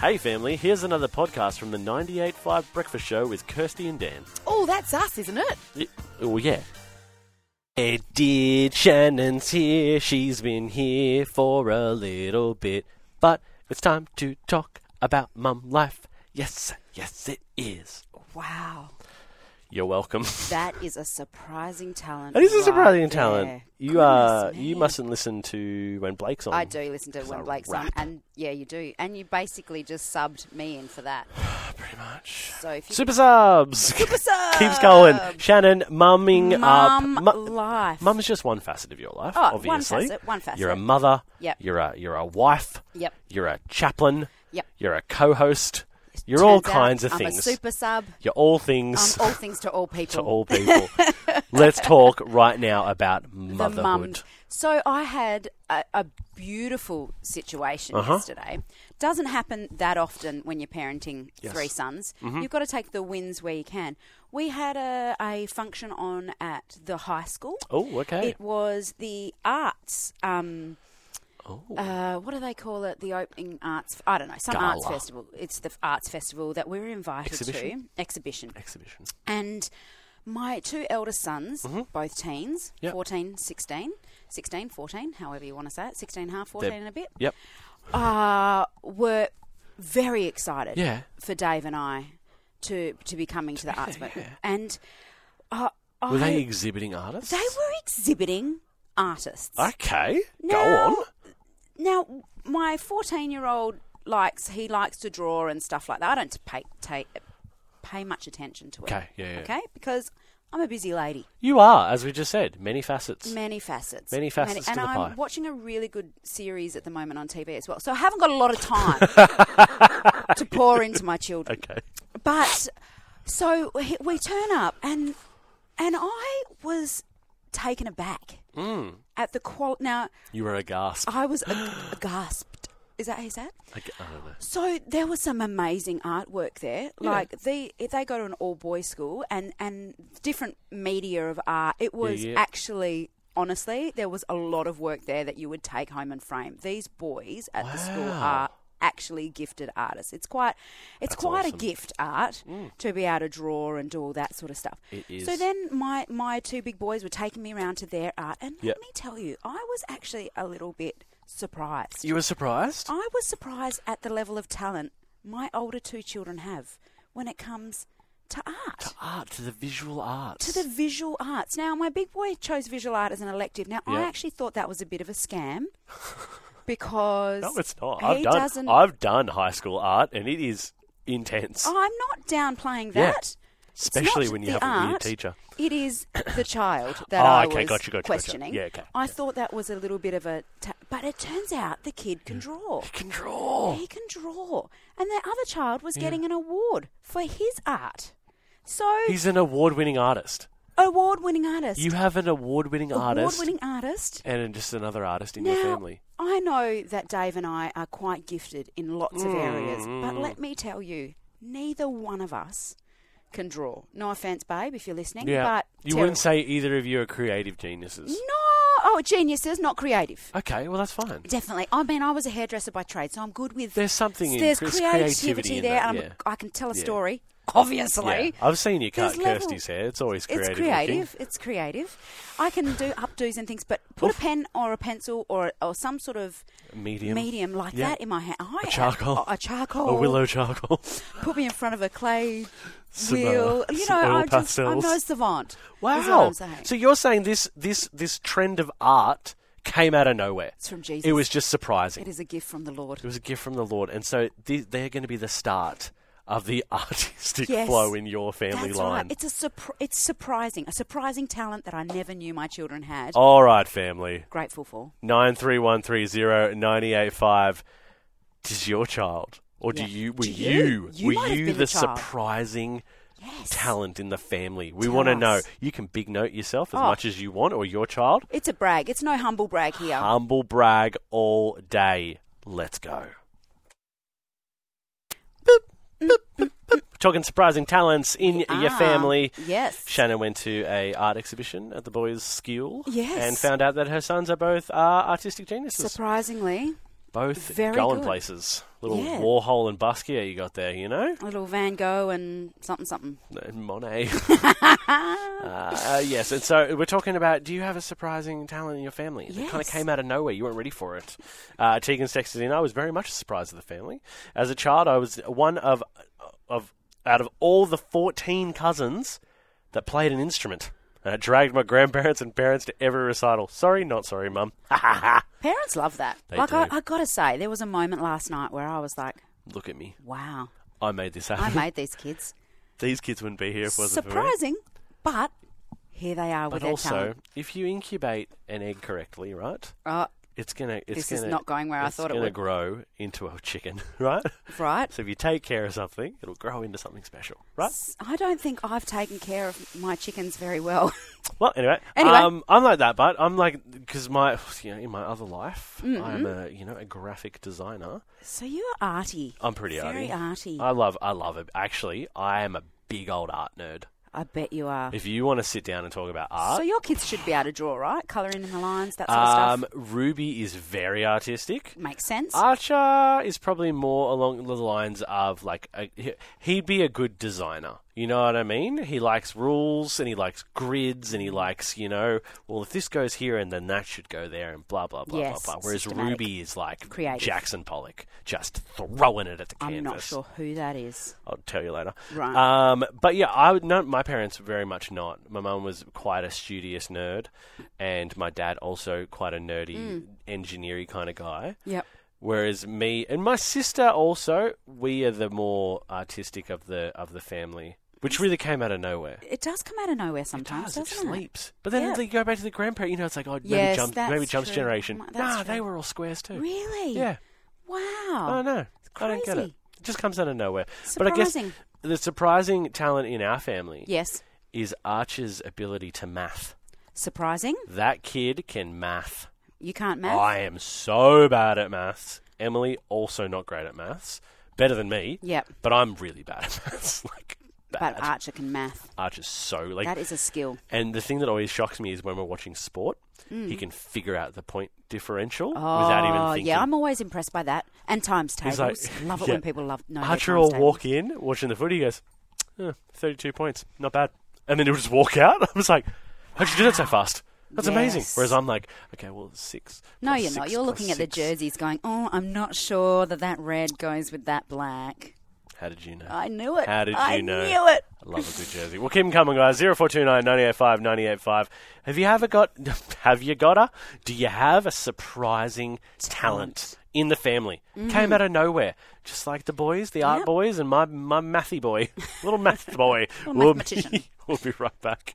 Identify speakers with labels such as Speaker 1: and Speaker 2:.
Speaker 1: Hey, family, here's another podcast from the 98.5 Breakfast Show with Kirsty and Dan.
Speaker 2: Oh, that's us, isn't it?
Speaker 1: Y- Oh, yeah. Hey, did Shannon's here. She's been here for a little bit. But it's time to talk about mum life. Yes, yes, it is.
Speaker 2: Wow.
Speaker 1: You're welcome.
Speaker 3: That is a surprising talent.
Speaker 1: That is a
Speaker 3: right
Speaker 1: surprising
Speaker 3: there.
Speaker 1: talent. You
Speaker 2: Goodness
Speaker 1: are.
Speaker 2: me.
Speaker 1: You mustn't listen to when Blake's on.
Speaker 3: I do listen to
Speaker 1: It's a
Speaker 3: when Blake's on,
Speaker 1: wrap.
Speaker 3: and yeah, you do, and you basically just subbed me in for that.
Speaker 1: Pretty much.
Speaker 3: So if you
Speaker 1: Super subs.
Speaker 3: Super sub
Speaker 1: Keeps going. Shannon, mumming
Speaker 3: Mum
Speaker 1: up. Mu-
Speaker 3: life.
Speaker 1: Mum's just one facet of your life,
Speaker 3: Oh, one
Speaker 1: obviously.
Speaker 3: facet, one facet.
Speaker 1: You're a mother.
Speaker 3: Yep.
Speaker 1: You're a you're a wife.
Speaker 3: Yep.
Speaker 1: You're a chaplain.
Speaker 3: Yep.
Speaker 1: You're a co-host. You're
Speaker 3: Turns
Speaker 1: all
Speaker 3: out
Speaker 1: kinds of
Speaker 3: I'm
Speaker 1: things.
Speaker 3: A super sub.
Speaker 1: You're all
Speaker 3: I'm
Speaker 1: things
Speaker 3: all things to all
Speaker 1: to
Speaker 3: people.
Speaker 1: all people. Let's talk right now about
Speaker 3: the
Speaker 1: motherhood.
Speaker 3: mums. So I had a, a beautiful situation
Speaker 1: Uh-huh.
Speaker 3: yesterday. Doesn't happen that often when you're parenting three sons.
Speaker 1: Mm-hmm.
Speaker 3: You've got to take the wins where you can. We had a, a function on at the high school.
Speaker 1: Oh, okay.
Speaker 3: It was the arts. Um,
Speaker 1: Oh,
Speaker 3: uh, what do they call it? The opening arts. I don't know. Some arts
Speaker 1: Gala.
Speaker 3: festival. It's the arts festival that we were invited
Speaker 1: Exhibition?
Speaker 3: to. Exhibition.
Speaker 1: Exhibition.
Speaker 3: And my two eldest sons, both teens,
Speaker 1: Mm-hmm. Yep.
Speaker 3: fourteen, sixteen, sixteen, fourteen, 14, 16, 16, 14, however you want to say it, 16 and a half, 14 and a bit,
Speaker 1: Yep.
Speaker 3: uh, were very excited
Speaker 1: Yeah.
Speaker 3: for Dave and I to to be coming to the arts. fair. And uh,
Speaker 1: Were
Speaker 3: I-
Speaker 1: they exhibiting artists?
Speaker 3: they were exhibiting artists.
Speaker 1: Okay. Go
Speaker 3: Now-
Speaker 1: on.
Speaker 3: Now, my 14 year old likes, he likes to draw and stuff like that. I don't pay, take, pay much attention to it.
Speaker 1: Okay, yeah, yeah.
Speaker 3: Okay, because I'm a busy lady.
Speaker 1: You are, as we just said, many facets.
Speaker 3: Many facets.
Speaker 1: Many facets
Speaker 3: and
Speaker 1: to the
Speaker 3: I'm
Speaker 1: pie.
Speaker 3: watching a really good series at the moment on TV as well. So I haven't got a lot of time to pour into my children.
Speaker 1: Okay.
Speaker 3: But so he- we turn up and and I was taken aback
Speaker 1: Hmm.
Speaker 3: at the qual now
Speaker 1: You were aghast.
Speaker 3: I was ag- gasped. Is that how you say it?
Speaker 1: I g- I don't know.
Speaker 3: So there was some amazing artwork there.
Speaker 1: Yeah.
Speaker 3: Like they if they go to an all boys school and and different media of art. It was
Speaker 1: yeah.
Speaker 3: actually honestly there was a lot of work there that you would take home and frame. These boys at the school
Speaker 1: Wow.
Speaker 3: are actually gifted artists. It's quite it's quite
Speaker 1: awesome. Mm.
Speaker 3: a gift art to be able to draw and do all that sort of stuff.
Speaker 1: It is.
Speaker 3: So then my my two big boys were taking me around to their art and
Speaker 1: Yep.
Speaker 3: let me tell you, I was actually a little bit surprised.
Speaker 1: You were surprised?
Speaker 3: I was surprised at the level of talent my older two children have when it comes to art,
Speaker 1: Art, to the visual arts.
Speaker 3: to the visual arts. Now, my big boy chose visual art as an elective. Now, I
Speaker 1: Yeah.
Speaker 3: actually thought that was a bit of a scam because
Speaker 1: No, it's not.
Speaker 3: He
Speaker 1: I've done.
Speaker 3: doesn't.
Speaker 1: I've done high school art, and it is intense,
Speaker 3: I'm not downplaying
Speaker 1: Yeah.
Speaker 3: that. It's not
Speaker 1: especially when you
Speaker 3: the
Speaker 1: have a weird
Speaker 3: art,
Speaker 1: teacher.
Speaker 3: It is the child that
Speaker 1: Oh,
Speaker 3: I
Speaker 1: okay,
Speaker 3: was
Speaker 1: gotcha, gotcha, gotcha.
Speaker 3: questioning.
Speaker 1: Yeah, okay.
Speaker 3: I thought that was a little bit of a, ta- but it turns out the kid
Speaker 1: Mm.
Speaker 3: can draw.
Speaker 1: Can draw.
Speaker 3: He can draw. And the other child was getting an award for his art. So
Speaker 1: He's an award-winning artist.
Speaker 3: award-winning artist.
Speaker 1: You have an award-winning artist,
Speaker 3: award-winning artist.
Speaker 1: and just another artist in
Speaker 3: Now,
Speaker 1: your family.
Speaker 3: I know that Dave and I are quite gifted in lots of areas,
Speaker 1: Mm-hmm.
Speaker 3: but let me tell you, neither one of us can draw. No offense, babe, if you're listening,
Speaker 1: Yeah,
Speaker 3: but
Speaker 1: you
Speaker 3: ter-
Speaker 1: wouldn't say either of you are creative geniuses.
Speaker 3: No, oh, geniuses, not creative.
Speaker 1: Okay, well that's fine.
Speaker 3: Definitely. I mean, I was a hairdresser by trade, so I'm good with
Speaker 1: There's something in
Speaker 3: there's
Speaker 1: there's
Speaker 3: creativity
Speaker 1: in
Speaker 3: there,
Speaker 1: that,
Speaker 3: and
Speaker 1: yeah.
Speaker 3: I'm, I can tell a
Speaker 1: Yeah.
Speaker 3: story. Obviously,
Speaker 1: Yeah. I've seen you cut
Speaker 3: There's level-
Speaker 1: Kirsty's hair. It's always creative.
Speaker 3: It's
Speaker 1: looking.
Speaker 3: creative. It's creative. I can do updos and things, but put a pen or a pencil or or some sort of
Speaker 1: Medium. Oh.
Speaker 3: medium like
Speaker 1: Yeah.
Speaker 3: that in my hand. I-
Speaker 1: A charcoal.
Speaker 3: A charcoal.
Speaker 1: A willow charcoal.
Speaker 3: Put me in front of a clay
Speaker 1: Some, uh,
Speaker 3: wheel. You know,
Speaker 1: some oil
Speaker 3: I just, I'm
Speaker 1: pastels.
Speaker 3: no savant. is what
Speaker 1: Wow.
Speaker 3: I'm saying.
Speaker 1: So you're saying this this this trend of art came out of nowhere.
Speaker 3: it's from Jesus.
Speaker 1: It was just surprising.
Speaker 3: It is a gift from the Lord.
Speaker 1: It was a gift from the Lord, and so th- they're going to be the start of the artistic
Speaker 3: Yes.
Speaker 1: flow in your family
Speaker 3: That's
Speaker 1: line.
Speaker 3: right. It's a surpri- It's surprising. A surprising talent that I never knew my children had.
Speaker 1: All right, family.
Speaker 3: Grateful for.
Speaker 1: Nine three one three zero ninety eight five. Does your child, or do
Speaker 3: Yeah.
Speaker 1: you? Were
Speaker 3: Do
Speaker 1: you?
Speaker 3: you? You
Speaker 1: were
Speaker 3: might have
Speaker 1: you the
Speaker 3: been the child.
Speaker 1: surprising
Speaker 3: Yes.
Speaker 1: talent in the family? We
Speaker 3: Tell
Speaker 1: want to
Speaker 3: us.
Speaker 1: know. You can big note yourself as
Speaker 3: Oh.
Speaker 1: much as you want, or your child.
Speaker 3: It's a brag. It's no humble brag here.
Speaker 1: Humble brag all day. Let's go. Talking surprising talents in your
Speaker 3: Mm. Ah,
Speaker 1: family.
Speaker 3: Yes.
Speaker 1: Shannon went to a art exhibition at the boys' school
Speaker 3: Yes.
Speaker 1: and found out that her sons are both uh, artistic geniuses.
Speaker 3: Surprisingly,
Speaker 1: Both
Speaker 3: Very
Speaker 1: going
Speaker 3: good.
Speaker 1: places. Little
Speaker 3: Yeah.
Speaker 1: Warhol and Basquiat you got there, you know?
Speaker 3: Little Van Gogh and something, something.
Speaker 1: And Monet. uh, yes, and so we're talking about do you have a surprising talent in your family? It kind of
Speaker 3: Yes.
Speaker 1: came out of nowhere. You weren't ready for it. Uh, Tegan's texted in, I was very much a surprise of the family. As a child, I was one of, of out of all the 14 cousins that played an instrument. And I dragged my grandparents and parents to every recital. Sorry, not sorry, mum.
Speaker 3: Parents love that.
Speaker 1: They
Speaker 3: like, I,
Speaker 1: do.
Speaker 3: I gotta say, there was a moment last night where I was like,
Speaker 1: Look at me.
Speaker 3: wow,
Speaker 1: I made this happen.
Speaker 3: I made these kids.
Speaker 1: These kids wouldn't be here if it wasn't for me.
Speaker 3: Surprising, but here they are with
Speaker 1: But
Speaker 3: their
Speaker 1: also,
Speaker 3: talent.
Speaker 1: if you incubate an egg correctly, right,
Speaker 3: Oh,
Speaker 1: it's gonna it's
Speaker 3: This is
Speaker 1: gonna
Speaker 3: not going where I
Speaker 1: it's
Speaker 3: thought it
Speaker 1: gonna
Speaker 3: would.
Speaker 1: grow into a chicken, right?
Speaker 3: right.
Speaker 1: So if you take care of something, it'll grow into something special, right?
Speaker 3: I don't think I've taken care of my chickens very well.
Speaker 1: Well, anyway,
Speaker 3: Anyway.
Speaker 1: Um, I'm like that, but I'm like because my you know in my other life,
Speaker 3: Mm-hmm.
Speaker 1: I'm a you know a graphic designer.
Speaker 3: so you're arty.
Speaker 1: I'm pretty Uh,
Speaker 3: Very arty.
Speaker 1: I love I love it. Actually, I am a big old art nerd.
Speaker 3: I bet you are.
Speaker 1: If you want to sit down and talk about art,
Speaker 3: So your kids should be able to draw, right? Colouring in the lines, that sort of
Speaker 1: um,
Speaker 3: stuff.
Speaker 1: Ruby is very artistic.
Speaker 3: Makes sense.
Speaker 1: Archer is probably more along the lines of like a, he- he'd be a good designer. You know what I mean? He likes rules and he likes grids and he likes you know well if this goes here and then that should go there and blah blah blah
Speaker 3: Yes,
Speaker 1: blah blah. Whereas
Speaker 3: systematic.
Speaker 1: Ruby is like
Speaker 3: Creative.
Speaker 1: Jackson Pollock, just throwing it at the
Speaker 3: I'm
Speaker 1: canvas.
Speaker 3: not sure who that is.
Speaker 1: I'll tell you later.
Speaker 3: Right.
Speaker 1: Um, but yeah, I would no. My parents very much not. My mum was quite a studious nerd, and my dad also quite a nerdy,
Speaker 3: Mm.
Speaker 1: engineering kind of guy.
Speaker 3: Yep.
Speaker 1: Whereas me and my sister also, we are the more artistic of the of the family, which really came out of nowhere.
Speaker 3: It does come out of nowhere sometimes,
Speaker 1: Does it
Speaker 3: doesn't it?
Speaker 1: sleeps? But then
Speaker 3: Yeah.
Speaker 1: they go back to the grandparent. You know, it's like oh, maybe
Speaker 3: Yes,
Speaker 1: jumps,
Speaker 3: that's
Speaker 1: maybe jumps
Speaker 3: true.
Speaker 1: generation.
Speaker 3: Mm, that's
Speaker 1: Nah,
Speaker 3: true.
Speaker 1: they were all squares too.
Speaker 3: Really? Oh.
Speaker 1: Yeah. I
Speaker 3: Wow.
Speaker 1: know. I don't get it.
Speaker 3: crazy.
Speaker 1: It just comes out of nowhere. But I guess
Speaker 3: Surprising.
Speaker 1: the surprising talent in our family
Speaker 3: Yes.
Speaker 1: is Archer's ability to math.
Speaker 3: Surprising.
Speaker 1: That kid can math.
Speaker 3: You can't math.
Speaker 1: I am so bad at maths. Emily also not great at maths. Better than me.
Speaker 3: Yep.
Speaker 1: But I'm really bad at maths. like bad.
Speaker 3: But Archer can math.
Speaker 1: Arch is so like
Speaker 3: That is a skill. Hmm.
Speaker 1: and the thing that always shocks me is when we're watching sport, he can figure out the point differential without even
Speaker 3: Mm. Oh,
Speaker 1: thinking.
Speaker 3: yeah, I'm always impressed by that. And times tables.
Speaker 1: He's like-
Speaker 3: love it
Speaker 1: yeah.
Speaker 3: when people love no
Speaker 1: Archer will walk in watching the footy. He goes, "Huh, 32 points, not bad. And then he'll just walk out. I was like, how'd you do that so fast? That's amazing.
Speaker 3: Yes.
Speaker 1: Whereas I'm like, okay, well, it's six.
Speaker 3: No,
Speaker 1: plus
Speaker 3: you're
Speaker 1: six
Speaker 3: not. You're
Speaker 1: plus
Speaker 3: looking at the
Speaker 1: six."
Speaker 3: jerseys going, oh, I'm not sure that that red goes with that black.
Speaker 1: How did you know?
Speaker 3: I knew it.
Speaker 1: How did
Speaker 3: I
Speaker 1: you know?
Speaker 3: knew it.
Speaker 1: I love a good jersey. Well, keep 'em coming, guys. 0429 985 985. Have you ever got, have you got a, do you have a surprising talent in the family?
Speaker 3: Hmm.
Speaker 1: Came out of nowhere. Just like the boys, the art
Speaker 3: Mm. Yep.
Speaker 1: boys, and my, my mathy boy, little math boy.
Speaker 3: Little mathematician.
Speaker 1: Be, we'll be right back.